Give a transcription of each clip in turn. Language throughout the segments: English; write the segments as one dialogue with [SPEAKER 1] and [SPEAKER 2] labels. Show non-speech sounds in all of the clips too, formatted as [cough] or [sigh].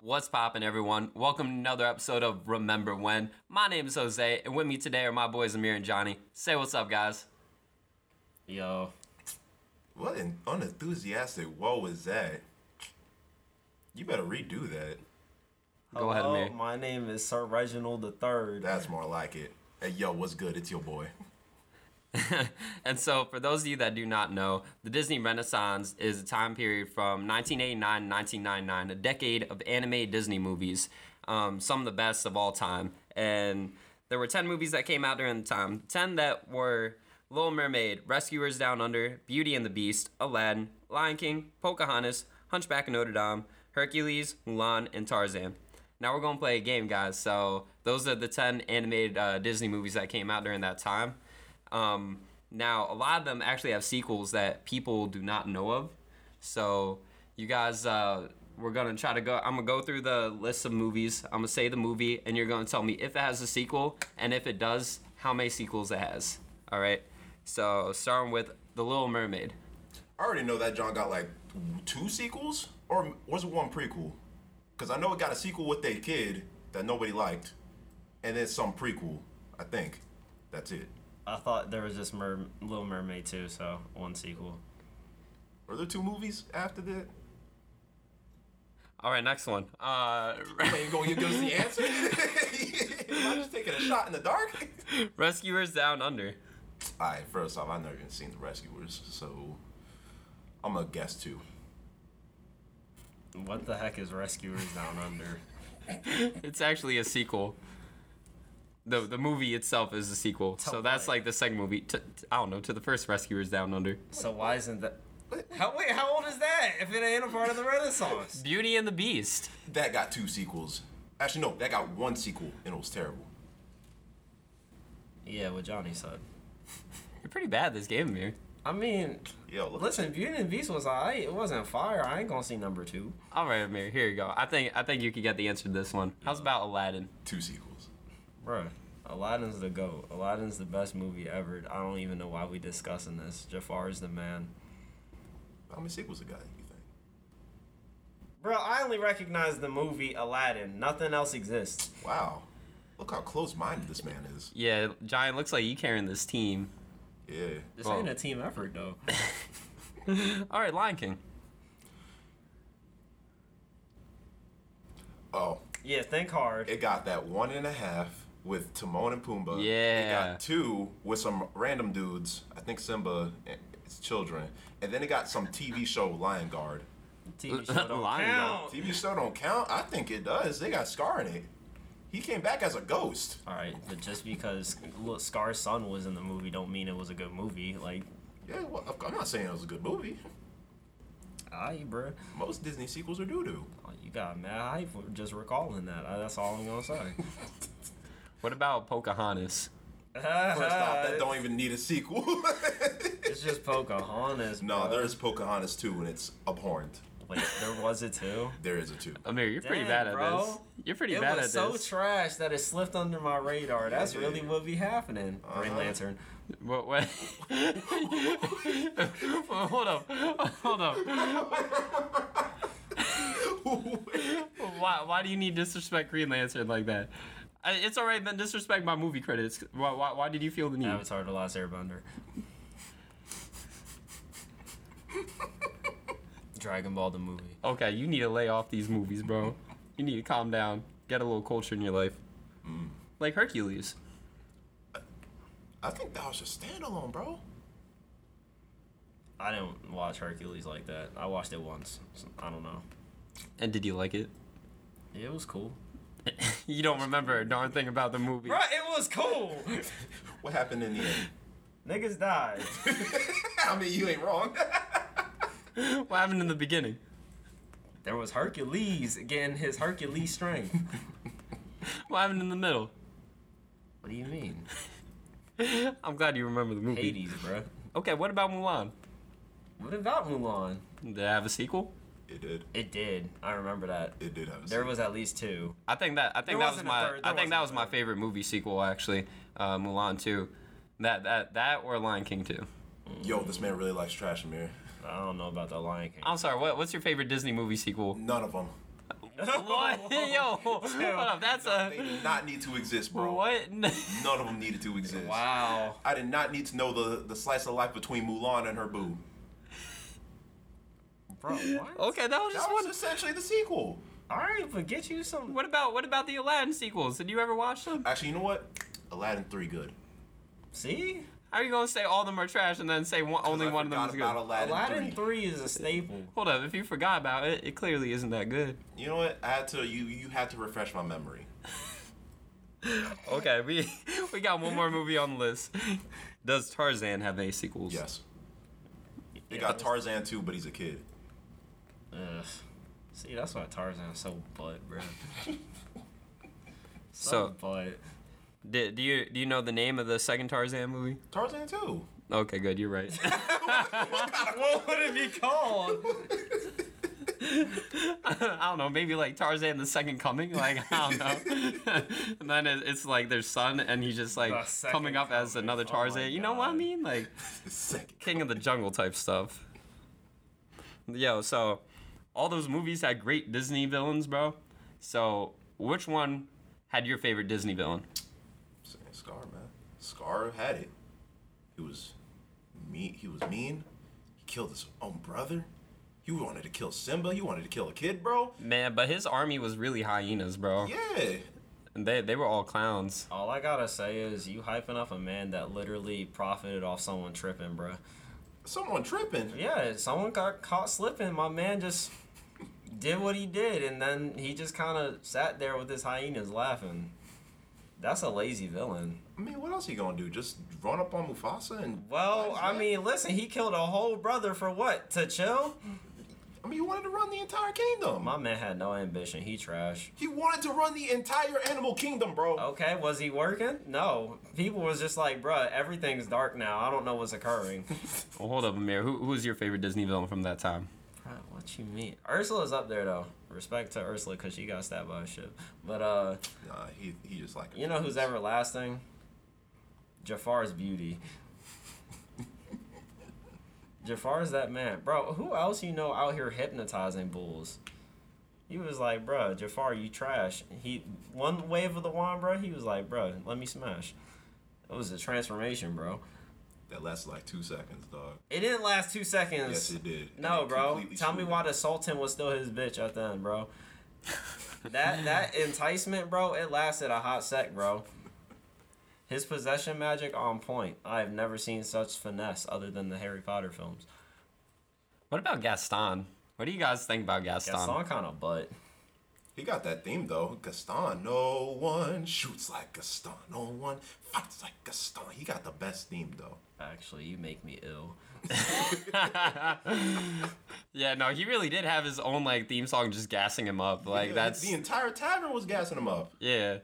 [SPEAKER 1] What's poppin', everyone? Welcome to another episode of Remember When. My name is Jose, and with me today are my boys Amir and Johnny. Say what's up, guys.
[SPEAKER 2] Yo,
[SPEAKER 3] What an unenthusiastic what was that? You better redo that.
[SPEAKER 1] Go ahead,
[SPEAKER 2] Hello,
[SPEAKER 1] Amir.
[SPEAKER 2] Oh, My name is Sir Reginald the Third.
[SPEAKER 3] That's more like it. Hey yo, what's good? It's your boy.
[SPEAKER 1] And so, for those of you that do not know, the Disney Renaissance is a time period from 1989 to 1999, a decade of anime Disney movies, um, some of the best of all time. And there were 10 movies that came out during the time 10 that were Little Mermaid, Rescuers Down Under, Beauty and the Beast, Aladdin, Lion King, Pocahontas, Hunchback of Notre Dame, Hercules, Mulan, and Tarzan. Now we're gonna play a game, guys. So those are the ten animated uh, Disney movies that came out during that time. Um, now a lot of them actually have sequels that people do not know of. So you guys, uh, we're gonna try to go. I'm gonna go through the list of movies. I'm gonna say the movie, and you're gonna tell me if it has a sequel, and if it does, how many sequels it has. All right. So starting with The Little Mermaid.
[SPEAKER 3] I already know that John got like two sequels, or was it one prequel? Because I know it got a sequel with a kid that nobody liked, and then some prequel. I think that's it.
[SPEAKER 2] I thought there was just Mer- Little Mermaid too, so one sequel.
[SPEAKER 3] Were there two movies after that?
[SPEAKER 1] All right, next one. Uh, [laughs]
[SPEAKER 3] Hey, you gonna give us the [laughs] answer? Am I just taking a shot in the dark?
[SPEAKER 1] Rescuers Down Under.
[SPEAKER 3] All right, first off, I've never even seen The Rescuers, so I'm gonna guess two.
[SPEAKER 2] What the heck is Rescuers Down Under?
[SPEAKER 1] It's actually a sequel. The the movie itself is a sequel. so that's
[SPEAKER 2] what?
[SPEAKER 1] like the second movie. To, to- I don't know to the first Rescuers Down Under.
[SPEAKER 2] So why isn't that? How wait? How old is that? If it ain't a part of the Renaissance?
[SPEAKER 1] Beauty and the Beast.
[SPEAKER 3] That got two sequels. Actually, no, that got one sequel, and it was terrible.
[SPEAKER 2] yeah, what Johnny said.
[SPEAKER 1] You're pretty bad this game, Amir.
[SPEAKER 2] I mean,
[SPEAKER 3] Yo, look,
[SPEAKER 2] listen, Beauty and the Beast was alright. It wasn't fire. I ain't gonna see number two.
[SPEAKER 1] All right, Amir. Here you go. I think I think you could get the answer to this one. How's about Aladdin?
[SPEAKER 3] two sequels.
[SPEAKER 2] Bruh, Aladdin's the goat. Aladdin's the best movie ever. I don't even know why we discussing this. Jafar's the man.
[SPEAKER 3] How many sequels it got? You think?
[SPEAKER 2] Bro, I only recognize the movie Aladdin. Nothing else exists.
[SPEAKER 3] Wow, look how close-minded this man is.
[SPEAKER 1] Yeah, Giant. Looks like you carrying this team. [laughs]
[SPEAKER 3] Yeah,
[SPEAKER 2] This
[SPEAKER 1] Bro.
[SPEAKER 2] ain't a team effort though.
[SPEAKER 1] All right, Lion King.
[SPEAKER 3] Oh,
[SPEAKER 2] [laughs] yeah, think hard.
[SPEAKER 3] it got that one and a half with Timon and Pumbaa. It
[SPEAKER 1] Yeah.
[SPEAKER 3] got two with some random dudes. I think Simba and his children, and then it got some TV show Lion Guard.
[SPEAKER 2] TV show
[SPEAKER 3] [laughs]
[SPEAKER 2] don't
[SPEAKER 1] Lion
[SPEAKER 2] count.
[SPEAKER 3] TV show don't count. I think it does. They got Scar in it. He came back as a ghost.
[SPEAKER 2] All right, but just because look, Scar's son was in the movie, don't mean it was a good movie. Like,
[SPEAKER 3] Yeah, well, of- I'm not saying it was a good movie.
[SPEAKER 2] aye, bro,
[SPEAKER 3] Most Disney sequels are doo doo.
[SPEAKER 2] you got mad hype for just recalling that. Uh, That's all I'm gonna say. [laughs]
[SPEAKER 1] What about Pocahontas?
[SPEAKER 3] [laughs] First off, that don't even need a sequel. [laughs]
[SPEAKER 2] it's just Pocahontas.
[SPEAKER 3] no,
[SPEAKER 2] bro.
[SPEAKER 3] there is Pocahontas 2, and it's abhorrent.
[SPEAKER 2] Wait, there was a two.
[SPEAKER 3] There is a 2.
[SPEAKER 1] Amir, you're pretty
[SPEAKER 2] Dang,
[SPEAKER 1] bad at
[SPEAKER 2] bro.
[SPEAKER 1] this. You're pretty
[SPEAKER 2] It
[SPEAKER 1] bad
[SPEAKER 2] was
[SPEAKER 1] at
[SPEAKER 2] so
[SPEAKER 1] this.
[SPEAKER 2] trash that it slipped under my radar. That's
[SPEAKER 3] Yeah.
[SPEAKER 2] really what be happening. Green
[SPEAKER 3] Uh-huh.
[SPEAKER 2] Lantern.
[SPEAKER 1] What? what? [laughs] hold up. [laughs] Hold up. Why, why do you need to disrespect Green Lantern like that? I, it's alright, then disrespect my movie credits. Why, why, why did you feel the need?
[SPEAKER 2] Avatar: The Last Airbender. Dragon Ball the movie.
[SPEAKER 1] Okay, you need to lay off these movies, bro. You need to calm down. Get a little culture in your life. Like Hercules.
[SPEAKER 3] [laughs] I think that was just standalone, bro.
[SPEAKER 2] I didn't watch Hercules like that. I watched it once. So I don't know.
[SPEAKER 1] And did you like it? [laughs]
[SPEAKER 2] It was cool.
[SPEAKER 1] You don't remember a darn thing about the movie.
[SPEAKER 2] Bruh, it was cool.
[SPEAKER 3] What happened in the end?
[SPEAKER 2] [laughs]
[SPEAKER 3] [laughs]
[SPEAKER 2] Niggas died.
[SPEAKER 3] I mean, you ain't wrong.
[SPEAKER 1] [laughs]
[SPEAKER 3] [laughs]
[SPEAKER 1] What happened in the beginning?
[SPEAKER 2] There was Hercules getting his Hercules strength.
[SPEAKER 1] What happened in the middle? [laughs]
[SPEAKER 2] What do you mean?
[SPEAKER 1] I'm glad you remember the movie.
[SPEAKER 2] Hades, bruh.
[SPEAKER 1] Okay, what about Mulan?
[SPEAKER 2] What about Mulan?
[SPEAKER 1] Did it have a sequel?
[SPEAKER 3] it did.
[SPEAKER 2] It did. I remember that.
[SPEAKER 3] It did have a
[SPEAKER 2] There
[SPEAKER 3] sequel.
[SPEAKER 2] was at least two.
[SPEAKER 1] I think that I think
[SPEAKER 2] There
[SPEAKER 1] that was
[SPEAKER 2] wasn't a
[SPEAKER 1] my
[SPEAKER 2] third-
[SPEAKER 1] I
[SPEAKER 2] there
[SPEAKER 1] think that was
[SPEAKER 2] wasn't a
[SPEAKER 1] my
[SPEAKER 2] third.
[SPEAKER 1] favorite movie sequel actually, uh, Mulan two, that that that or Lion King two.
[SPEAKER 3] Yo, this man really likes trash, Amir.
[SPEAKER 2] I don't know about the Lion King. [laughs]
[SPEAKER 1] I'm sorry, what what's your favorite Disney movie sequel?
[SPEAKER 3] None of them.
[SPEAKER 1] What? [laughs]
[SPEAKER 2] [laughs]
[SPEAKER 1] Yo, hold up. That's
[SPEAKER 3] They did not need to exist,
[SPEAKER 1] a
[SPEAKER 3] bro.
[SPEAKER 1] what? [laughs]
[SPEAKER 3] None of them needed to exist.
[SPEAKER 2] Wow.
[SPEAKER 3] I did not need to know the, the slice of life between Mulan and her boo.
[SPEAKER 2] Bro, what?
[SPEAKER 1] Okay, that was
[SPEAKER 3] That
[SPEAKER 1] just
[SPEAKER 3] was
[SPEAKER 1] one.
[SPEAKER 3] essentially the sequel.
[SPEAKER 2] All right, but get you some.
[SPEAKER 1] What about what about the Aladdin sequels? Did you ever watch them?
[SPEAKER 3] Actually, you know what? Aladdin three good.
[SPEAKER 2] See?
[SPEAKER 1] How are you gonna say all of them are trash and then say one, only
[SPEAKER 3] I
[SPEAKER 1] one of them is
[SPEAKER 3] forgot
[SPEAKER 1] good?
[SPEAKER 3] about Aladdin,
[SPEAKER 2] Aladdin
[SPEAKER 3] 3.
[SPEAKER 2] 3 is a staple.
[SPEAKER 1] Hold up, if you forgot about it, it clearly isn't that good.
[SPEAKER 3] You know what? I had to. You you had to refresh my memory.
[SPEAKER 1] Okay, we [laughs] we got one more movie on the list. [laughs] Does Tarzan have any sequels?
[SPEAKER 3] Yes. They
[SPEAKER 2] Yeah,
[SPEAKER 3] got
[SPEAKER 2] that was-
[SPEAKER 3] Tarzan too, but he's a kid.
[SPEAKER 2] Ugh. See, that's why Tarzan's so butt, [laughs] bro.
[SPEAKER 1] So-
[SPEAKER 2] butt.
[SPEAKER 1] Do, do you do you know the name of the second Tarzan movie?
[SPEAKER 2] [laughs]
[SPEAKER 3] Tarzan too.
[SPEAKER 1] Okay, good. You're right.
[SPEAKER 2] [laughs]
[SPEAKER 1] [laughs]
[SPEAKER 2] What would it be called?
[SPEAKER 1] I don't know, maybe like Tarzan the Second Coming, like I don't know. [laughs] and then it, it's like their son, and he's just like
[SPEAKER 2] The Second
[SPEAKER 1] coming up as
[SPEAKER 2] Coming,
[SPEAKER 1] another
[SPEAKER 2] oh my
[SPEAKER 1] Tarzan. you know what I
[SPEAKER 2] God.
[SPEAKER 1] mean? Like
[SPEAKER 3] The second.
[SPEAKER 1] King of the Jungle type stuff. Yo, so all those movies had great Disney villains, bro. So which one had your favorite Disney villain?
[SPEAKER 3] Saying Scar, man. Scar had it. He was mean. He was mean. He killed his own brother. He wanted to kill Simba. He wanted to kill a kid, bro.
[SPEAKER 1] Man, but his army was really hyenas,
[SPEAKER 2] Oh.
[SPEAKER 1] bro.
[SPEAKER 3] Yeah.
[SPEAKER 1] And they they were all clowns.
[SPEAKER 2] All I gotta say is you hyping up a man that literally profited off someone tripping, bro.
[SPEAKER 3] Someone tripping.
[SPEAKER 2] Yeah, someone got caught slipping. My man just did what he did, and then he just kind of sat there with his hyenas laughing. That's a lazy villain.
[SPEAKER 3] I mean, what else he gonna do? Just run up on Mufasa and.
[SPEAKER 2] Well,
[SPEAKER 3] Why is
[SPEAKER 2] I
[SPEAKER 3] that?
[SPEAKER 2] mean, listen, he killed a whole brother for what? To chill?
[SPEAKER 3] I mean, he wanted to run the entire kingdom.
[SPEAKER 2] My man had no ambition. He trash.
[SPEAKER 3] He wanted to run the entire animal kingdom, bro.
[SPEAKER 2] Okay, was he working? No. People was just like, bruh, everything's dark now. I don't know what's occurring.
[SPEAKER 1] Well, hold up, Amir. Who who is your favorite Disney villain from that time?
[SPEAKER 2] Bruh, what you mean? Ursula's up there though. Respect to Ursula because she got stabbed by a ship. But uh,
[SPEAKER 3] Nah, he he just like.
[SPEAKER 2] you know who's everlasting? Jafar's beauty. Jafar's that man, bro. Who else you know out here hypnotizing bulls? He was like, bruh, Jafar, you trash. He one wave of the wand, bro. He was like, bruh, let me smash. It was a transformation, bro.
[SPEAKER 3] That lasted like two seconds, dog.
[SPEAKER 2] It didn't last two seconds.
[SPEAKER 3] Yes, it did.
[SPEAKER 2] No,
[SPEAKER 3] It
[SPEAKER 2] bro.
[SPEAKER 3] completely
[SPEAKER 2] Tell me
[SPEAKER 3] screwed
[SPEAKER 2] why
[SPEAKER 3] it.
[SPEAKER 2] the Sultan was still his bitch at the end,
[SPEAKER 3] [laughs]
[SPEAKER 2] bro. that that enticement, bro, it lasted a hot sec, bro. His possession magic on point. I have never seen such finesse other than the Harry Potter films.
[SPEAKER 1] What about Gaston? What do you guys think about Gaston?
[SPEAKER 2] Gaston kind of butt.
[SPEAKER 3] He got that theme though. Gaston, no one shoots like Gaston. No one fights like Gaston. He got the best theme though.
[SPEAKER 2] Actually, you make me ill.
[SPEAKER 1] Yeah, no, he really did have his own like theme song, just gassing him up. Like
[SPEAKER 3] [laughs] Yeah,
[SPEAKER 1] that's
[SPEAKER 3] the entire tavern was gassing him up.
[SPEAKER 1] yeah.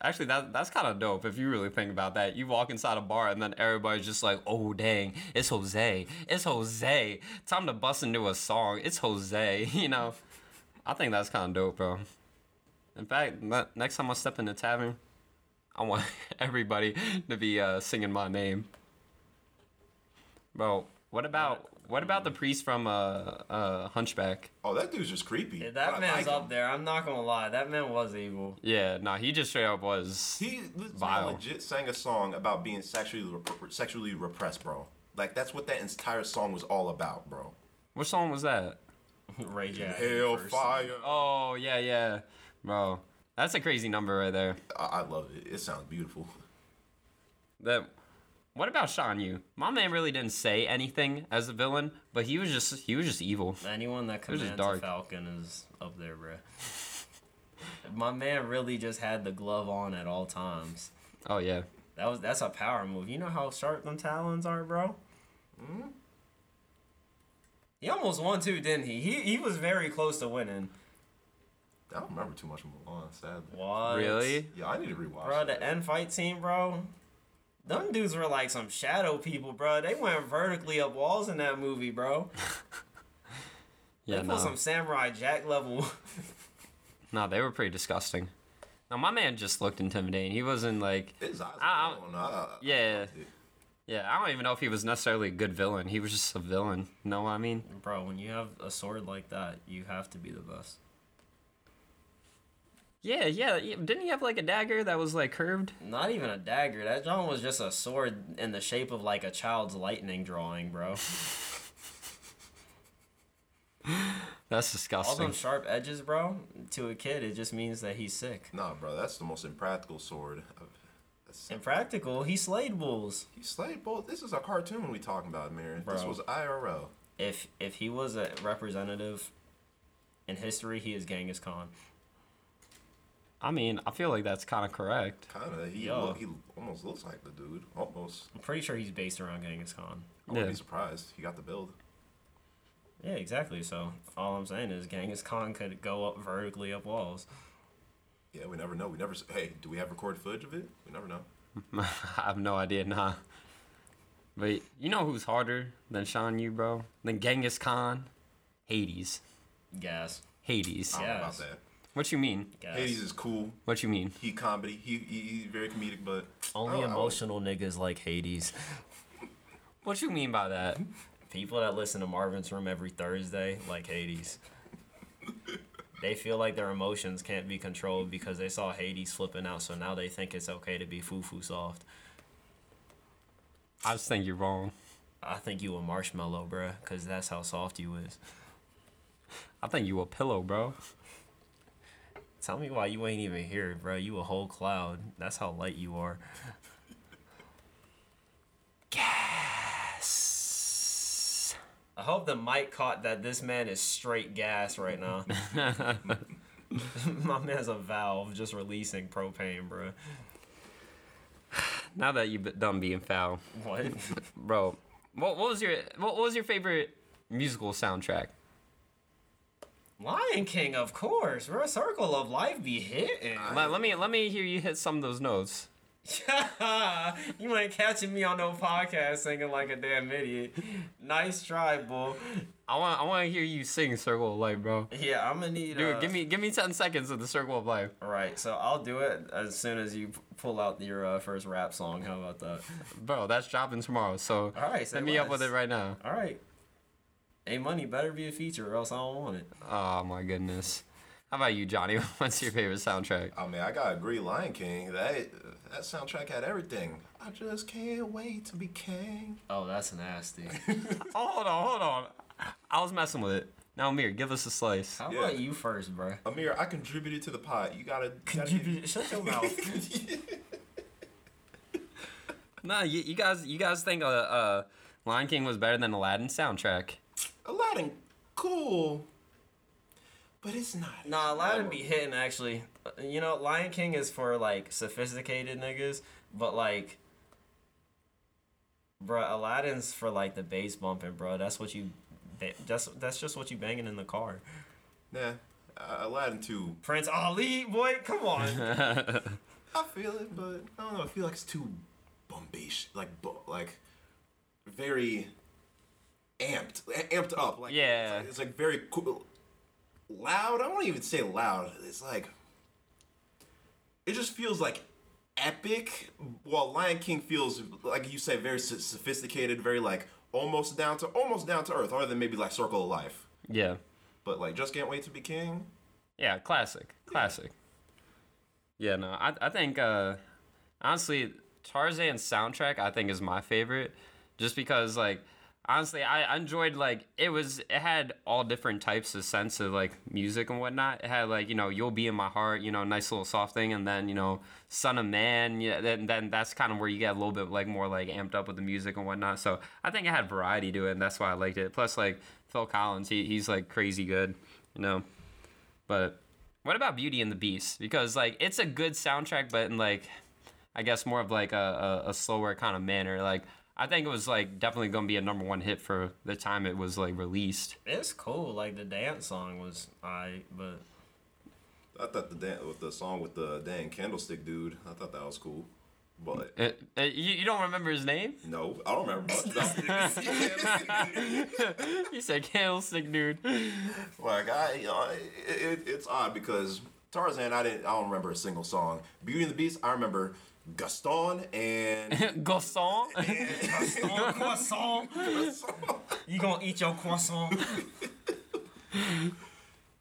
[SPEAKER 1] Actually, that that's kind of dope if you really think about that. You walk inside a bar and then everybody's just like, "Oh dang, it's Jose, it's Jose." Time to bust into a song. It's Jose, [laughs] you know. I think that's kind of dope, bro. In fact, ne- next time I step in the tavern, I want [laughs] everybody to be uh, singing my name. Bro, what about what about the priest from uh, uh, Hunchback?
[SPEAKER 3] Oh, that dude's just creepy.
[SPEAKER 2] Yeah,
[SPEAKER 3] but I
[SPEAKER 2] That man's
[SPEAKER 3] like
[SPEAKER 2] up
[SPEAKER 3] him.
[SPEAKER 2] there. I'm not gonna lie. That man was evil. [laughs]
[SPEAKER 1] Yeah, no, he just straight up was.
[SPEAKER 3] He this man
[SPEAKER 1] Vile.
[SPEAKER 3] legit sang a song about being sexually rep- sexually repressed, bro. Like that's what that entire song was all about, bro.
[SPEAKER 1] What song was that?
[SPEAKER 2] Ray J.
[SPEAKER 3] Hellfire.
[SPEAKER 1] Oh yeah, yeah, bro, that's a crazy number right there.
[SPEAKER 3] I-, I love it. It sounds beautiful. [laughs]
[SPEAKER 1] That. What about Sean Yu? My man really didn't say anything as a villain, but he was just he was just evil.
[SPEAKER 2] Anyone that
[SPEAKER 1] was
[SPEAKER 2] commands
[SPEAKER 1] just
[SPEAKER 2] a
[SPEAKER 1] dark.
[SPEAKER 2] falcon is up there, bro. My man really just had the glove on at all times.
[SPEAKER 1] Oh yeah,
[SPEAKER 2] That was that's a power move. You know how sharp them talons are, bro. Hmm? He almost won too, didn't he? He he was very close to winning.
[SPEAKER 3] I don't remember too much of Mulan, sadly.
[SPEAKER 2] What?
[SPEAKER 1] really?
[SPEAKER 3] Yeah, I need to rewatch.
[SPEAKER 2] Bro,
[SPEAKER 3] that.
[SPEAKER 2] the end fight team, bro. Them dudes were like some shadow people, bro. They went vertically up walls in that movie, bro.
[SPEAKER 1] Yeah,
[SPEAKER 2] they
[SPEAKER 1] no,
[SPEAKER 2] put some samurai jack level.
[SPEAKER 1] no, they were pretty disgusting. Now my man just looked intimidating. He wasn't like,
[SPEAKER 3] His eyes.
[SPEAKER 1] I- I-
[SPEAKER 3] I don't know. I- I-
[SPEAKER 1] yeah,
[SPEAKER 3] Dude.
[SPEAKER 1] yeah. I don't even know if he was necessarily a good villain. He was just a villain. You know what I mean?
[SPEAKER 2] bro, when you have a sword like that, you have to be the best.
[SPEAKER 1] Yeah, yeah. yeah. Didn't he have like a dagger that was like curved?
[SPEAKER 2] Not even a dagger. That John was just a sword in the shape of like a child's lightning drawing, [laughs] bro.
[SPEAKER 1] That's
[SPEAKER 2] All
[SPEAKER 1] disgusting.
[SPEAKER 2] them sharp edges, bro. To a kid, it just means that he's sick.
[SPEAKER 3] Nah, bro, that's the most impractical sword. Of, that's,
[SPEAKER 2] In practical, he slayed bulls.
[SPEAKER 3] he slayed both. This is a cartoon we talking about, man. This
[SPEAKER 2] Bro.
[SPEAKER 3] was IRL.
[SPEAKER 2] If if he was a representative in history, he is Genghis Khan.
[SPEAKER 1] I mean, I feel like that's kind of correct.
[SPEAKER 3] Kinda. He
[SPEAKER 2] Yo.
[SPEAKER 3] look, he almost looks like the dude. Almost.
[SPEAKER 2] I'm pretty sure he's based around Genghis Khan.
[SPEAKER 3] I wouldn't
[SPEAKER 1] Yeah.
[SPEAKER 3] be surprised. He got the build.
[SPEAKER 2] Yeah, exactly. So all I'm saying is Genghis Khan could go up vertically up walls.
[SPEAKER 3] Yeah, we never know. We never. s- Hey, do we have recorded footage of it? We never know.
[SPEAKER 1] [laughs] I have no idea, nah. But you know who's harder than Sean Yu, bro? Than Genghis Khan? Hades.
[SPEAKER 2] Gas.
[SPEAKER 1] Hades.
[SPEAKER 3] I don't know about
[SPEAKER 2] Yes.
[SPEAKER 3] that.
[SPEAKER 1] What you mean?
[SPEAKER 2] Gas.
[SPEAKER 3] Hades is cool.
[SPEAKER 1] What you mean?
[SPEAKER 3] He comedy. He, he he's very comedic, but
[SPEAKER 2] Only
[SPEAKER 3] Oh, I don't- I don't-
[SPEAKER 2] emotional niggas like Hades.
[SPEAKER 1] What you mean by that?
[SPEAKER 2] People that listen to Marvin's Room every Thursday like Hades. they feel like their emotions can't be controlled because they saw Hades flipping out, so now they think it's okay to be foo foo soft.
[SPEAKER 1] I just think you're wrong.
[SPEAKER 2] I think you a marshmallow, bruh, because that's how soft you is.
[SPEAKER 1] I think you a pillow, bro.
[SPEAKER 2] Tell me why you ain't even here, bruh. You a whole cloud. That's how light you are.
[SPEAKER 1] S-
[SPEAKER 2] I hope the mic caught that this man is straight gas right now. [laughs] My man's a valve just releasing propane, bruh.
[SPEAKER 1] Now that you've been done being foul,
[SPEAKER 2] What?
[SPEAKER 1] bro. What, what was your what, what was your favorite musical soundtrack?
[SPEAKER 2] Lion King, of course. Bro, Circle of Life be hitting.
[SPEAKER 1] Let, let me let me hear you hit some of those notes.
[SPEAKER 2] [laughs] you ain't catching me on no podcast singing like a damn idiot. Nice try, bull.
[SPEAKER 1] I want I want to hear you sing Circle of Life, bro.
[SPEAKER 2] Yeah, I'm gonna need.
[SPEAKER 1] Dude,
[SPEAKER 2] uh,
[SPEAKER 1] give me give me ten seconds of the Circle of Life.
[SPEAKER 2] All right, so I'll do it as soon as you p- pull out your uh, first rap song. How about that?
[SPEAKER 1] Bro, that's dropping tomorrow. So
[SPEAKER 2] All right, say
[SPEAKER 1] send me up
[SPEAKER 2] less.
[SPEAKER 1] with it right now.
[SPEAKER 2] All right. A money better be a feature, or else I don't want it.
[SPEAKER 1] Oh my goodness. How about you, Johnny? [laughs] What's your favorite soundtrack?
[SPEAKER 3] I mean, Oh, I gotta agree, Lion King. That that soundtrack had everything. I just can't wait to be king.
[SPEAKER 2] Oh, that's
[SPEAKER 1] [laughs]
[SPEAKER 2] nasty.
[SPEAKER 1] Oh, hold on, hold on. I was messing with it. Now, Amir, give us a slice.
[SPEAKER 2] How
[SPEAKER 3] Yeah.
[SPEAKER 2] about you first, bro?
[SPEAKER 3] Amir, I contributed to the pot. You gotta
[SPEAKER 2] [laughs] Contribute- Shut
[SPEAKER 3] [laughs]
[SPEAKER 2] your mouth.
[SPEAKER 1] Nah, you, you guys, you guys think uh, uh, Lion King was better than Aladdin soundtrack?
[SPEAKER 3] Aladdin, cool, but it's not.
[SPEAKER 2] Nah, Aladdin be hitting actually. Uh, You know, Lion King is for like sophisticated niggas, but like, bruh, Aladdin's for like the bass bumping, bruh. That's what you, ba- that's that's just what you banging in the car.
[SPEAKER 3] Nah, uh, Aladdin too.
[SPEAKER 2] Prince Ali, boy, come on.
[SPEAKER 3] I feel it, but I don't know. I feel like it's too bombastic, like bu- like very amped, a- amped up. Like
[SPEAKER 1] Yeah.
[SPEAKER 3] it's like, it's like very cool, loud. I won't even say loud. It's like it just feels like epic. While Lion King feels like you say very so- sophisticated, very like almost down to almost down to earth, other than maybe like Circle of Life.
[SPEAKER 1] Yeah,
[SPEAKER 3] But like, just can't wait to be king.
[SPEAKER 1] yeah, classic, classic. Yeah, no, I, I think uh, honestly, Tarzan's soundtrack I think is my favorite, just because like honestly I I enjoyed like it was it had all different types of sense of like music and whatnot. It had like you know you'll be in my heart, you know, nice little soft thing, and then you know Son of Man, yeah, then then that's kind of where you get a little bit like more like amped up with the music and whatnot. So I think it had variety to it, and that's why I liked it. Plus like Phil Collins, he he's like crazy good, you know, but. What about Beauty and the Beast? Because like it's a good soundtrack, but in like I guess more of like a, a, a slower kind of manner. Like I think it was like definitely gonna be a number one hit for the time it was like released.
[SPEAKER 2] it's cool. Like the dance song was I, but
[SPEAKER 3] I thought the dan- with the song with the Dan Candlestick dude. I thought that was cool, but.
[SPEAKER 1] It, it- you, you don't remember his name? [laughs]
[SPEAKER 3] No, I don't remember much about it.
[SPEAKER 1] He said Candlestick Dude. [laughs]
[SPEAKER 3] Like I, you know, it, it, it's odd because Tarzan, I didn't, I don't remember a single song. Beauty and the Beast, I remember Gaston
[SPEAKER 1] [laughs]
[SPEAKER 3] and
[SPEAKER 1] Gaston.
[SPEAKER 2] croissant, croissant. You gonna eat your croissant?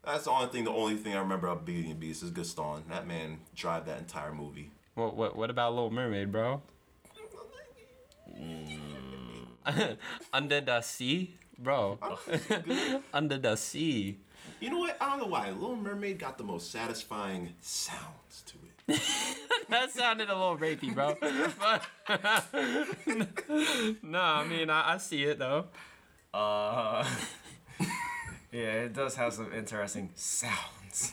[SPEAKER 3] That's the only thing. The only thing I remember about Beauty and the Beast is Gaston. That man drive that entire movie.
[SPEAKER 1] What what what about Little Mermaid, bro? [laughs] Under the sea, bro. [laughs] Under the sea.
[SPEAKER 3] You know what? I don't know why. Little Mermaid got the most satisfying sounds to it.
[SPEAKER 1] That sounded a little rapey, bro. But- [laughs] no, I mean I, I see it though.
[SPEAKER 2] Uh, [laughs] yeah, it does have some interesting sounds.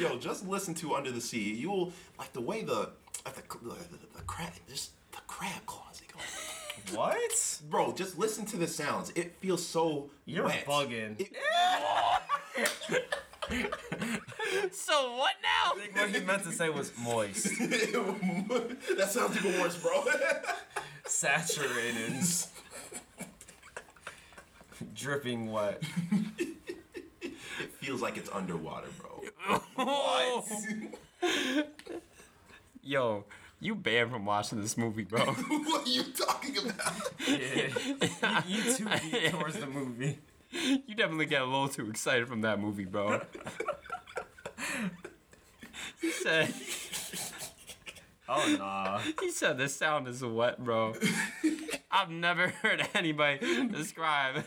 [SPEAKER 3] Yo, just listen to Under the Sea. You'll like the way the like the the, the, the crab just the crab claws they go.
[SPEAKER 2] What?
[SPEAKER 3] Bro, just listen to the sounds. It feels so
[SPEAKER 2] You're
[SPEAKER 3] wet.
[SPEAKER 2] bugging.
[SPEAKER 3] It-
[SPEAKER 1] So what now?
[SPEAKER 2] I think what he meant to say was moist,
[SPEAKER 3] [laughs] that sounds even worse, bro.
[SPEAKER 2] saturated, dripping
[SPEAKER 1] [laughs]
[SPEAKER 2] wet.
[SPEAKER 3] it feels like it's underwater, bro. [laughs]
[SPEAKER 1] Yo, you banned from watching this movie, bro. [laughs]
[SPEAKER 3] what are you talking about?
[SPEAKER 2] Yeah. you, you too deep towards the movie.
[SPEAKER 1] you definitely get a little too excited from that movie, bro. [laughs] he said
[SPEAKER 2] Oh nah.
[SPEAKER 1] he said the sound is wet, bro. I've never heard anybody describe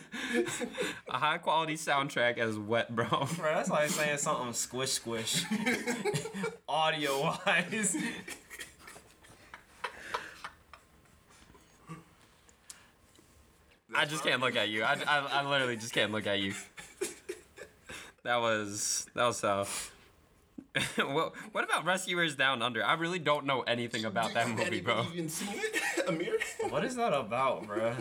[SPEAKER 1] a high quality soundtrack as wet, bro.
[SPEAKER 2] Bro, that's like saying something squish squish. [laughs] Audio wise.
[SPEAKER 1] I just can't look at you. I, I, I literally just can't look at you. That was that was tough. [laughs] what, what about Rescuers Down Under? I really don't know anything about
[SPEAKER 3] Did
[SPEAKER 1] that
[SPEAKER 3] you- had
[SPEAKER 1] movie,
[SPEAKER 3] you
[SPEAKER 1] bro.
[SPEAKER 3] Even seen it, [laughs] Amir?
[SPEAKER 2] What is that about, bro?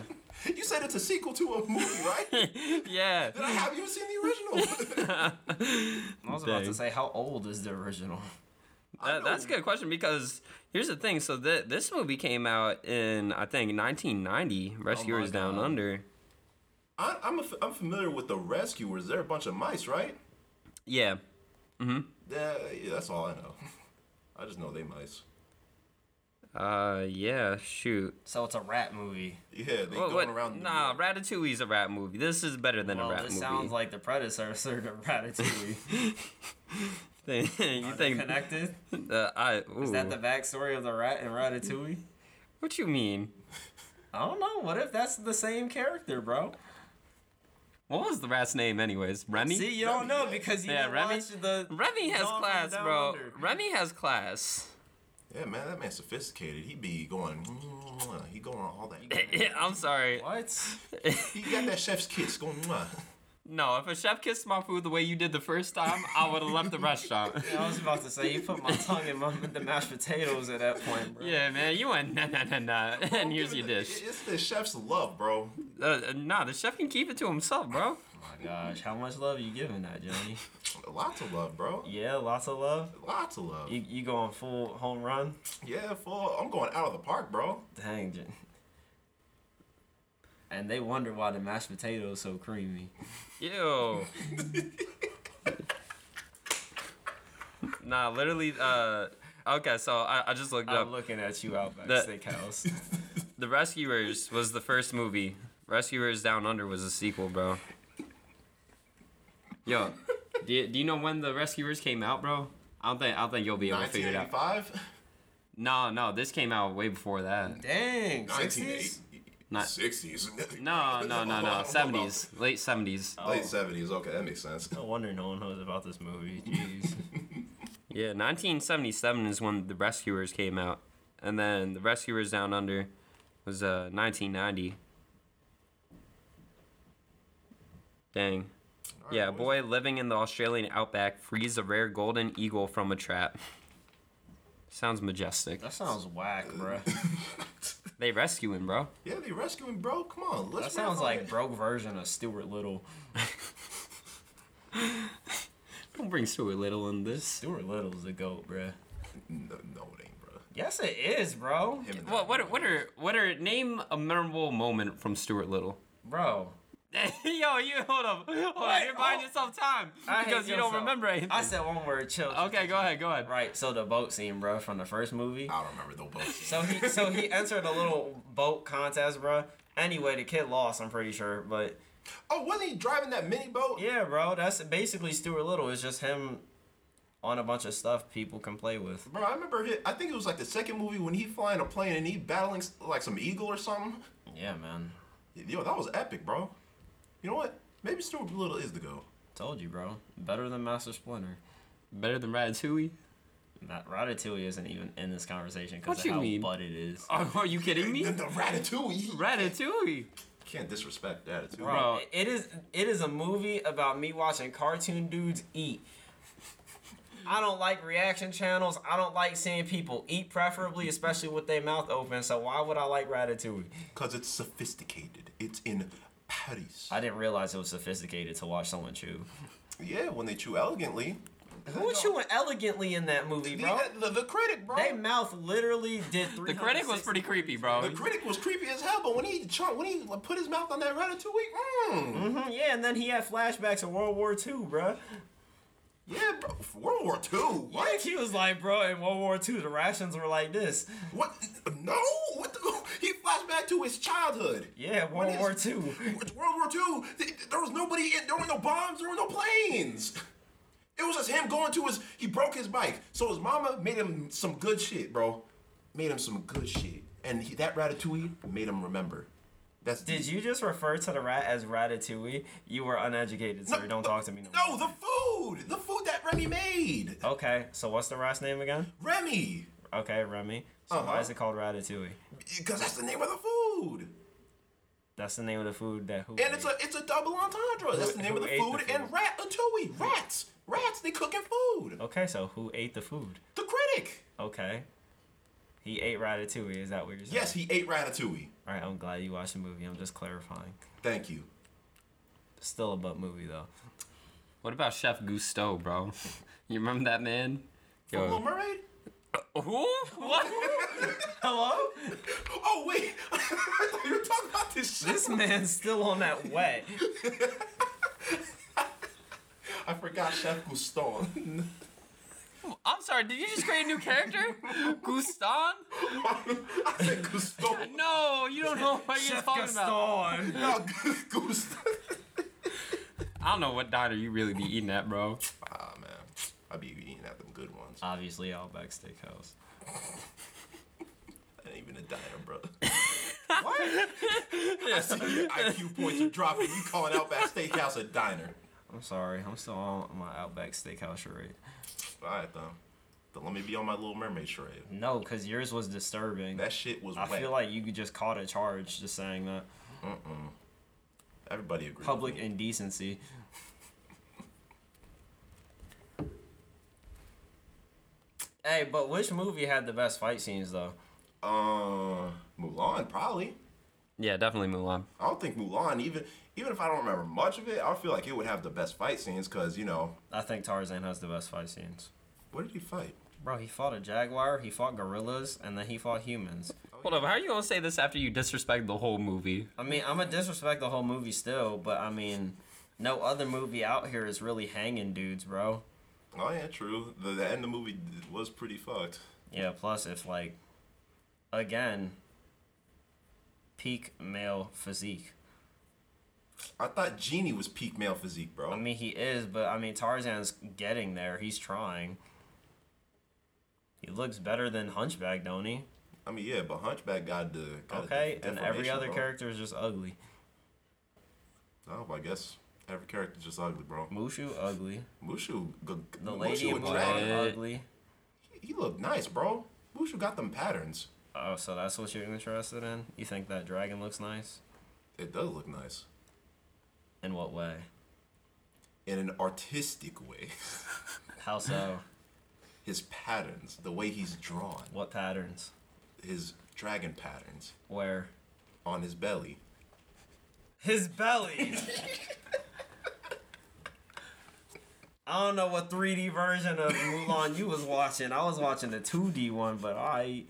[SPEAKER 3] You said it's a sequel to a movie,
[SPEAKER 1] [laughs]
[SPEAKER 3] right? Did
[SPEAKER 1] yeah.
[SPEAKER 3] I have you seen the original?
[SPEAKER 2] I was about
[SPEAKER 1] Dang.
[SPEAKER 2] to say, how old is the original?
[SPEAKER 1] That, that's a good question because here's the thing. So th- this movie came out in I think 1990. Rescuers Down
[SPEAKER 2] Oh God.
[SPEAKER 1] Under.
[SPEAKER 3] [laughs] I, I'm a, I'm familiar with the rescuers. They're a bunch of mice, right?
[SPEAKER 1] Yeah.
[SPEAKER 3] Yeah, yeah, that's all I know. [laughs] I just know they mice.
[SPEAKER 1] Uh yeah. Shoot.
[SPEAKER 2] So it's a rat movie.
[SPEAKER 3] Yeah, they
[SPEAKER 1] What,
[SPEAKER 3] going
[SPEAKER 1] what?
[SPEAKER 3] around. New
[SPEAKER 1] Nah,
[SPEAKER 3] York.
[SPEAKER 1] Ratatouille's a rat movie. This is better than
[SPEAKER 2] Well,
[SPEAKER 1] a rat
[SPEAKER 2] this
[SPEAKER 1] movie. [laughs]
[SPEAKER 2] sounds like the predecessor to Ratatouille.
[SPEAKER 1] you
[SPEAKER 2] Are they
[SPEAKER 1] think? [laughs]
[SPEAKER 2] connected?
[SPEAKER 1] Uh, I,
[SPEAKER 2] Is that
[SPEAKER 1] ooh.
[SPEAKER 2] the backstory of the rat in Ratatouille?
[SPEAKER 1] What you mean?
[SPEAKER 2] I don't know. What if that's the same character, bro?
[SPEAKER 1] What was the rat's name, anyways? Remy.
[SPEAKER 2] See, you don't know because you
[SPEAKER 1] Yeah,
[SPEAKER 2] didn't
[SPEAKER 1] Remy-
[SPEAKER 2] watch the.
[SPEAKER 1] Remy has
[SPEAKER 2] Gone from
[SPEAKER 1] class,
[SPEAKER 2] Down
[SPEAKER 1] bro.
[SPEAKER 2] Under.
[SPEAKER 1] Remy has class. [laughs]
[SPEAKER 3] Yeah, man, that man's sophisticated. He be going. He going on all that.
[SPEAKER 1] I'm sorry.
[SPEAKER 2] What? [laughs]
[SPEAKER 3] he got that chef's kiss going. "Mwah."
[SPEAKER 1] No, if a chef kissed my food the way you did the first time, I would have left the
[SPEAKER 2] [laughs]
[SPEAKER 1] restaurant.
[SPEAKER 2] I was about to say you put my tongue in my, the mashed potatoes at that point,
[SPEAKER 1] [laughs]
[SPEAKER 2] bro.
[SPEAKER 1] Yeah, man, you went nah nah nah nah, [laughs] [laughs] and here's your dish.
[SPEAKER 3] It's the chef's love, bro.
[SPEAKER 1] Uh, uh, nah, the chef can keep it to himself, bro.
[SPEAKER 2] my gosh, how much love you giving that, Johnny?
[SPEAKER 3] Lots of love, bro.
[SPEAKER 2] Yeah, lots of love.
[SPEAKER 3] Lots of love.
[SPEAKER 2] You you going full home run?
[SPEAKER 3] Yeah, full. I'm going out of the park, bro.
[SPEAKER 2] Dang. J- And they wonder why the mashed potatoes so creamy. [laughs]
[SPEAKER 1] Ew. nah, literally. Uh, okay, so I, I just looked
[SPEAKER 2] I'm
[SPEAKER 1] up.
[SPEAKER 2] looking at you, Outback
[SPEAKER 1] That-
[SPEAKER 2] Steakhouse.
[SPEAKER 1] The Rescuers was the first movie. Rescuers Down Under was a sequel, bro. Yo, do you, do you know when the Rescuers came out, bro? I don't think I don't think you'll be able to figure it out. [laughs]
[SPEAKER 3] 1985.
[SPEAKER 1] No, no, this came out way before that.
[SPEAKER 2] Dang, 60s?
[SPEAKER 3] 1980.
[SPEAKER 1] Not-
[SPEAKER 3] 60s. [laughs]
[SPEAKER 1] No, no, no,
[SPEAKER 3] I
[SPEAKER 1] no.
[SPEAKER 3] don't know about-
[SPEAKER 1] Seventies, late seventies.
[SPEAKER 3] Late 70s. Okay, that makes sense.
[SPEAKER 2] No wonder no one knows about this movie. Jeez.
[SPEAKER 1] Yeah, nineteen seventy-seven is when the Rescuers came out, and then the Rescuers Down Under was uh nineteen ninety. Dang. Yeah, a boy living in the Australian outback frees a rare golden eagle from a trap. Sounds majestic.
[SPEAKER 2] that sounds whack, bro.
[SPEAKER 1] They rescue him, bro.
[SPEAKER 3] [laughs] Yeah, they rescuing, bro. Come on. Let's
[SPEAKER 2] That sounds
[SPEAKER 3] raff on
[SPEAKER 2] like
[SPEAKER 3] it.
[SPEAKER 2] broke version of Stuart Little.
[SPEAKER 1] Don't bring Stuart Little in this.
[SPEAKER 2] Stuart Little's the goat, bro.
[SPEAKER 3] No, no, it ain't, bro.
[SPEAKER 2] Yes, it is, bro.
[SPEAKER 3] Him and
[SPEAKER 1] What?
[SPEAKER 3] that-
[SPEAKER 1] What? What are? What are? Name a memorable moment from Stuart Little.
[SPEAKER 2] Bro,
[SPEAKER 1] [laughs] Yo, you hold up. Hold on.
[SPEAKER 2] Wait,
[SPEAKER 1] You're buying
[SPEAKER 2] oh.
[SPEAKER 1] yourself time
[SPEAKER 2] I hate
[SPEAKER 1] because you don't
[SPEAKER 2] yourself.
[SPEAKER 1] remember anything.
[SPEAKER 2] I said one word, chill.
[SPEAKER 1] okay, go ahead, go ahead.
[SPEAKER 2] Right, so the boat scene, bro, from the first movie.
[SPEAKER 3] I don't remember though, both.
[SPEAKER 2] So
[SPEAKER 1] [laughs]
[SPEAKER 2] he so he entered a little boat contest, bro. Anyway, the kid lost, I'm pretty sure, but
[SPEAKER 3] Oh, wasn't he driving that mini boat?
[SPEAKER 2] Yeah, bro. That's basically Stuart Little. It's just him on a bunch of stuff people can play with.
[SPEAKER 3] Bro, I remember. His, I think it was like the second movie when he flying a plane and he battling s- like some eagle or something.
[SPEAKER 2] Yeah, man.
[SPEAKER 3] Yo, that was epic, bro. You know what? Maybe Stuart Little is the go.
[SPEAKER 2] Told you, bro. Better than Master Splinter.
[SPEAKER 1] Better than [laughs] Ratatouille?
[SPEAKER 2] Not Ratatouille isn't even in this conversation
[SPEAKER 1] What
[SPEAKER 2] because of
[SPEAKER 1] you
[SPEAKER 2] how
[SPEAKER 1] mean? Oh,
[SPEAKER 2] butt it is.
[SPEAKER 1] Are, are you kidding me?
[SPEAKER 3] Then the Ratatouille.
[SPEAKER 1] Ratatouille.
[SPEAKER 3] Can't disrespect that too.
[SPEAKER 1] Bro.
[SPEAKER 2] Bro, it is it is a movie about me watching cartoon dudes eat. I don't like reaction channels. I don't like seeing people eat, preferably, especially with their mouth open. So why would I like Ratatouille?
[SPEAKER 3] Because it's sophisticated. It's in Paris.
[SPEAKER 2] I didn't realize it was sophisticated to watch someone chew.
[SPEAKER 3] yeah, when they chew elegantly.
[SPEAKER 2] Who
[SPEAKER 3] Yo,
[SPEAKER 2] chewing elegantly in that movie,
[SPEAKER 3] The,
[SPEAKER 2] bro?
[SPEAKER 3] the, the critic, bro.
[SPEAKER 2] They mouth literally did three.
[SPEAKER 1] The critic was pretty creepy, bro.
[SPEAKER 3] the critic was creepy as hell, but when he chunk, when he put his mouth on that ratatouille, mmm.
[SPEAKER 2] Mhm, yeah, and then he had flashbacks of World War II, bro.
[SPEAKER 3] Yeah, bro. World War II. What?
[SPEAKER 2] Like he was like, bro, in World War II the rations were like this.
[SPEAKER 3] What? No. What? The, he flashed back to his childhood.
[SPEAKER 2] Yeah,
[SPEAKER 3] When
[SPEAKER 2] World War
[SPEAKER 3] his-
[SPEAKER 2] II.
[SPEAKER 3] It's World War II. Th- There was nobody in. There were no bombs. There were no planes. It was just him going to his. He broke his bike, so his mama made him some good shit, bro. Made him some good shit, and he, that ratatouille made him remember. That's
[SPEAKER 2] Did you just refer to the rat as Ratatouille? You were uneducated, sir. Don't talk to me no,
[SPEAKER 3] No,
[SPEAKER 2] more.
[SPEAKER 3] the food. The food that Remy made.
[SPEAKER 2] Okay, so what's the rat's name again?
[SPEAKER 3] Remy,
[SPEAKER 2] Okay, Remy. So why
[SPEAKER 3] Uh-huh.
[SPEAKER 2] is it called Ratatouille?
[SPEAKER 3] because that's the name of the food.
[SPEAKER 2] That's the name of the food that who
[SPEAKER 3] And it's a it's a double entendre. That's the name
[SPEAKER 2] who
[SPEAKER 3] of the
[SPEAKER 2] ate
[SPEAKER 3] food,
[SPEAKER 2] the
[SPEAKER 3] and
[SPEAKER 2] food?
[SPEAKER 3] ratatouille. Rats. Rats, they cooking food.
[SPEAKER 2] Okay, so who ate the food?
[SPEAKER 3] The critic.
[SPEAKER 2] Okay. He ate Ratatouille, is that what you're saying?
[SPEAKER 3] Yes, he ate ratatouille.
[SPEAKER 2] Alright, I'm glad you watched the movie. I'm just clarifying.
[SPEAKER 3] Thank you.
[SPEAKER 2] Still a butt movie though.
[SPEAKER 1] What about Chef Gusteau, bro? [laughs] You remember that man?
[SPEAKER 3] From Little
[SPEAKER 1] Yo.
[SPEAKER 3] Mermaid?
[SPEAKER 1] Who? What?
[SPEAKER 2] Hello?
[SPEAKER 3] Oh wait, [laughs] I thought you were talking about this
[SPEAKER 2] [laughs]
[SPEAKER 3] shit.
[SPEAKER 2] This man's still on that wet.
[SPEAKER 3] I forgot Chef Gusteau.
[SPEAKER 1] I'm sorry. Did you just create a new character? [laughs] Gustan?
[SPEAKER 3] [laughs] I said Gusteau.
[SPEAKER 1] [laughs] No, you don't know what you're talking about.
[SPEAKER 2] Gaston.
[SPEAKER 3] [laughs] No, [laughs] Gusteau.
[SPEAKER 1] I don't know what diner you really be eating at, bro.
[SPEAKER 3] Ah man, I be eating at them good ones.
[SPEAKER 2] Obviously Outback Steakhouse.
[SPEAKER 3] That ain't even a diner, bro. what? I see your IQ points are dropping. You calling Outback Steakhouse a diner?
[SPEAKER 2] I'm sorry, I'm still on my Outback Steakhouse charade.
[SPEAKER 3] All right, though. But let me be on my Little Mermaid charade.
[SPEAKER 2] No, because yours was disturbing.
[SPEAKER 3] That shit was
[SPEAKER 2] I
[SPEAKER 3] wet.
[SPEAKER 2] feel like you could just caught a charge just saying that.
[SPEAKER 3] Everybody agrees.
[SPEAKER 2] Public indecency. hey, but which movie had the best fight scenes though?
[SPEAKER 3] Uh, Mulan probably.
[SPEAKER 1] Yeah, definitely Mulan.
[SPEAKER 3] I don't think Mulan even even if I don't remember much of it, I feel like it would have the best fight scenes because you know
[SPEAKER 2] I think Tarzan has the best fight scenes.
[SPEAKER 3] what did he fight?
[SPEAKER 2] Bro, he fought a jaguar, he fought gorillas, and then he fought humans.
[SPEAKER 1] Hold up. How are you gonna say this after you disrespect the whole movie?
[SPEAKER 2] I mean, I'm gonna disrespect the whole movie still, but I mean, no other movie out here is really hanging dudes, bro.
[SPEAKER 3] Oh yeah, true. The, the end of the movie d- was pretty fucked.
[SPEAKER 2] Yeah, plus if like again peak male physique.
[SPEAKER 3] I thought Genie was peak male physique, bro.
[SPEAKER 2] I mean he is, but I mean Tarzan's getting there. He's trying. He looks better than Hunchback, don't he?
[SPEAKER 3] I mean, yeah, but Hunchback got the got a
[SPEAKER 2] Okay,
[SPEAKER 3] Uh, def-
[SPEAKER 2] and every
[SPEAKER 3] deformation,
[SPEAKER 2] other
[SPEAKER 3] bro.
[SPEAKER 2] character is just ugly.
[SPEAKER 3] Oh, well, I guess every character's just ugly, bro.
[SPEAKER 2] Mushu ugly.
[SPEAKER 3] Mushu, g- g-
[SPEAKER 2] The lady
[SPEAKER 3] Mushu
[SPEAKER 2] in
[SPEAKER 3] a
[SPEAKER 2] Mulan
[SPEAKER 3] drag.
[SPEAKER 1] Mulan.
[SPEAKER 2] ugly.
[SPEAKER 3] He looked nice, bro. Mushu got them patterns.
[SPEAKER 2] Oh, so that's what you're interested in? You think that dragon looks nice?
[SPEAKER 3] It does look nice
[SPEAKER 2] In what way?
[SPEAKER 3] in an artistic way.
[SPEAKER 2] How
[SPEAKER 3] [sighs]
[SPEAKER 2] so?
[SPEAKER 3] his patterns, the way he's drawn,
[SPEAKER 2] what patterns?
[SPEAKER 3] his dragon patterns
[SPEAKER 2] Where?
[SPEAKER 3] on his belly.
[SPEAKER 2] His belly. I don't know what 3D version of Mulan you was watching. I was watching the 2D one, but I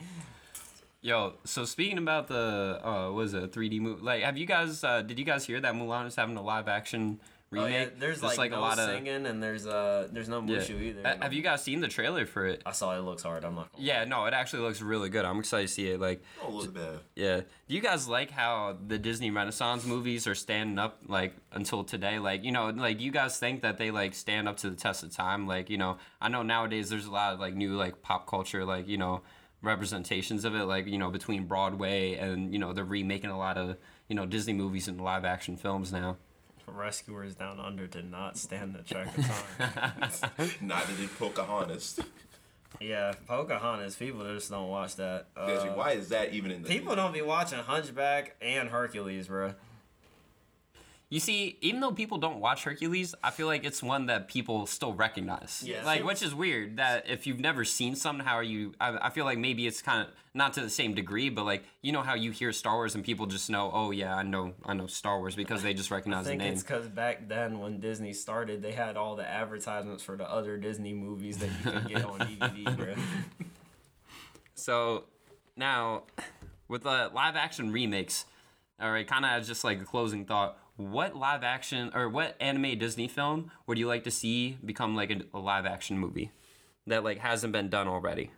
[SPEAKER 1] Yo, so speaking about the uh, what is it, 3D movie? Like, have you guys? Uh, did you guys hear that Mulan is having a live action remake.
[SPEAKER 2] Oh, yeah, there's like,
[SPEAKER 1] like
[SPEAKER 2] no
[SPEAKER 1] a lot of
[SPEAKER 2] singing and there's uh there's no Uh,
[SPEAKER 1] yeah.
[SPEAKER 2] Mushu either.
[SPEAKER 1] Uh, have you guys seen the trailer for it?
[SPEAKER 2] I saw it looks hard. I'm not. Gonna
[SPEAKER 1] Yeah, no, it actually looks really good. I'm excited to see it. Like,
[SPEAKER 3] Don't look bad. [laughs]
[SPEAKER 1] yeah. Do you guys like how the Disney Renaissance movies are standing up like until today? Like, you know, like you guys think that they like stand up to the test of time? Like, you know, I know nowadays there's a lot of like new like pop culture like, you know, representations of it like, you know, between Broadway and, you know, they're remaking a lot of, you know, Disney movies and live action films now.
[SPEAKER 2] Rescuers Down Under did not stand the track of time.
[SPEAKER 3] Neither did Pocahontas.
[SPEAKER 2] yeah, Pocahontas. People just don't watch that. Uh,
[SPEAKER 3] Desi, why is that even in the
[SPEAKER 2] people don't be watching Hunchback and Hercules, bro.
[SPEAKER 1] You see, even though people don't watch Hercules, I feel like it's one that people still recognize.
[SPEAKER 2] Yes.
[SPEAKER 1] Like, which is weird that if you've never seen some, how are you? I, I feel like maybe it's kind of not to the same degree, but like you know how you hear Star Wars and people just know, oh yeah, I know, I know Star Wars because they just
[SPEAKER 2] I
[SPEAKER 1] recognize the
[SPEAKER 2] think
[SPEAKER 1] name.
[SPEAKER 2] it's because back then when Disney started, they had all the advertisements for the other Disney movies that you could get
[SPEAKER 3] [laughs]
[SPEAKER 2] on DVD, bro.
[SPEAKER 1] So now, with the live action remakes, all right, kind of as just like a closing thought, what live action or what anime Disney film would you like to see become like a, a live action movie that like hasn't been done already?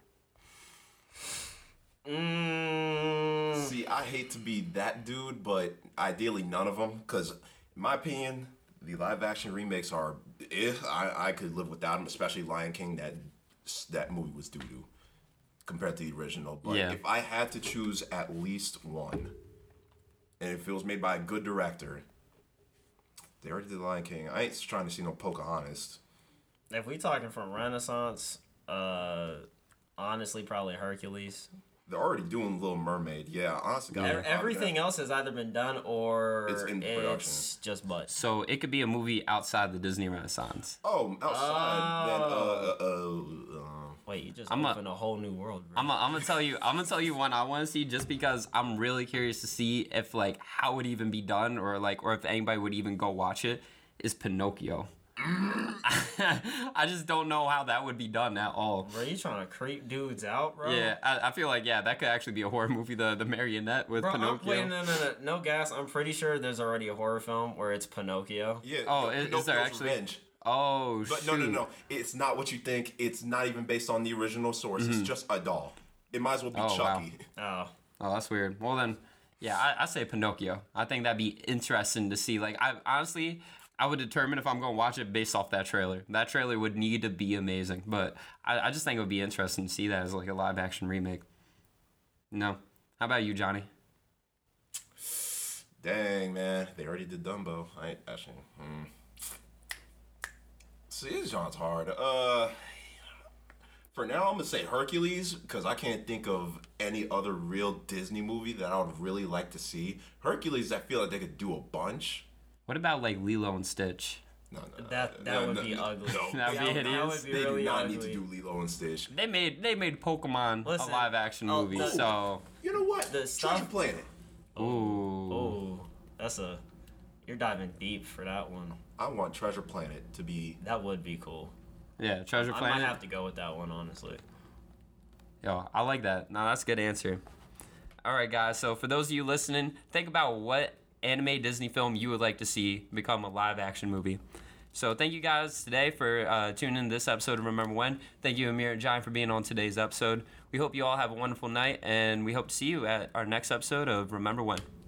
[SPEAKER 2] Mm,
[SPEAKER 3] See, I hate to be that dude, but ideally none of them, because in my opinion, the live action remakes are. Eh, I I could live without them, especially Lion King. That that movie was doo doo compared to the original. But
[SPEAKER 1] Yeah.
[SPEAKER 3] if I had to choose at least one, and if it was made by a good director, they already did Lion King. I ain't trying to see no Pocahontas.
[SPEAKER 2] if we talking from Renaissance, uh, honestly, probably Hercules.
[SPEAKER 3] They're already doing Little Mermaid. Yeah, honestly,
[SPEAKER 1] Yeah.
[SPEAKER 2] Ev- Everything else has either been done or
[SPEAKER 3] It's in
[SPEAKER 2] it's
[SPEAKER 3] production.
[SPEAKER 2] just butts.
[SPEAKER 1] So it could be a movie outside the Disney Renaissance.
[SPEAKER 3] Oh, outside.
[SPEAKER 2] Oh.
[SPEAKER 3] Then, uh, uh, uh, um,
[SPEAKER 2] Wait, you just
[SPEAKER 1] I'm a-
[SPEAKER 2] opened a, whole new world, bro.
[SPEAKER 1] I'm gonna I'm gonna tell you I'm gonna tell you one I want to see just because I'm really curious to see if like how it even be done or like or if anybody would even go watch it is Pinocchio. [laughs] I just don't know how that would be done at all.
[SPEAKER 2] bro, you trying to creep dudes out, bro?
[SPEAKER 1] Yeah, I, I feel like yeah that could actually be a horror movie the the marionette with
[SPEAKER 2] Bro, I'm,
[SPEAKER 1] Pinocchio.
[SPEAKER 2] wait, no, no, no, no gas. I'm pretty sure there's already a horror film where it's Pinocchio.
[SPEAKER 3] Yeah.
[SPEAKER 1] Oh,
[SPEAKER 3] Pin-
[SPEAKER 1] is- is there
[SPEAKER 3] Pinocchio's
[SPEAKER 1] actually-
[SPEAKER 3] Revenge.
[SPEAKER 1] oh
[SPEAKER 3] But
[SPEAKER 1] shoot.
[SPEAKER 3] no, no, no. It's not what you think. It's not even based on the original source. It's just a doll. It might as well be
[SPEAKER 1] Mm-hmm. Oh, wow.
[SPEAKER 3] Chucky.
[SPEAKER 2] Oh,
[SPEAKER 1] Oh, that's weird. Well, then, yeah, I, I say Pinocchio. I think that'd be interesting to see. Like, I honestly, I would determine if I'm going to watch it based off that trailer. That trailer would need to be amazing, but I, I just think it would be interesting to see that as like a live action remake. No, how about you, Johnny?
[SPEAKER 3] Dang, man. They already did Dumbo. I ain't- actually. Mm. See, this John's hard. Uh, for now, I'm gonna say Hercules because I can't think of any other real Disney movie that I would really like to see. Hercules, I feel like they could do a bunch.
[SPEAKER 1] What about like Lilo and Stitch?
[SPEAKER 3] No, no, no,
[SPEAKER 2] That-
[SPEAKER 3] no,
[SPEAKER 2] that
[SPEAKER 3] no,
[SPEAKER 2] would
[SPEAKER 3] no,
[SPEAKER 2] be
[SPEAKER 3] no,
[SPEAKER 2] ugly.
[SPEAKER 3] no.
[SPEAKER 1] That would
[SPEAKER 2] Yeah,
[SPEAKER 1] be
[SPEAKER 2] that
[SPEAKER 1] hideous.
[SPEAKER 2] would be
[SPEAKER 3] They do
[SPEAKER 2] really
[SPEAKER 3] not need
[SPEAKER 2] ugly.
[SPEAKER 3] to do Lilo and Stitch.
[SPEAKER 1] They made they made Pokemon
[SPEAKER 2] Listen,
[SPEAKER 1] a live action
[SPEAKER 2] oh,
[SPEAKER 1] movie,
[SPEAKER 2] no.
[SPEAKER 1] so
[SPEAKER 3] You know what?
[SPEAKER 2] The
[SPEAKER 3] Treasure
[SPEAKER 2] stuff-
[SPEAKER 3] Planet.
[SPEAKER 1] ooh.
[SPEAKER 2] Oh, that's a. You're diving deep for that one.
[SPEAKER 3] I want Treasure Planet to be
[SPEAKER 2] That would be cool.
[SPEAKER 1] yeah, Treasure
[SPEAKER 2] I might
[SPEAKER 1] Planet.
[SPEAKER 2] have to go with that one, honestly.
[SPEAKER 1] Yo, I like that. No, that's a good answer. All right, guys. So for those of you listening, think about what anime Disney film you would like to see become a live action movie. So thank you guys today for uh, tuning in to this episode of Remember When. Thank you, Amir and John, for being on today's episode. We hope you all have a wonderful night, and we hope to see you at our next episode of Remember When.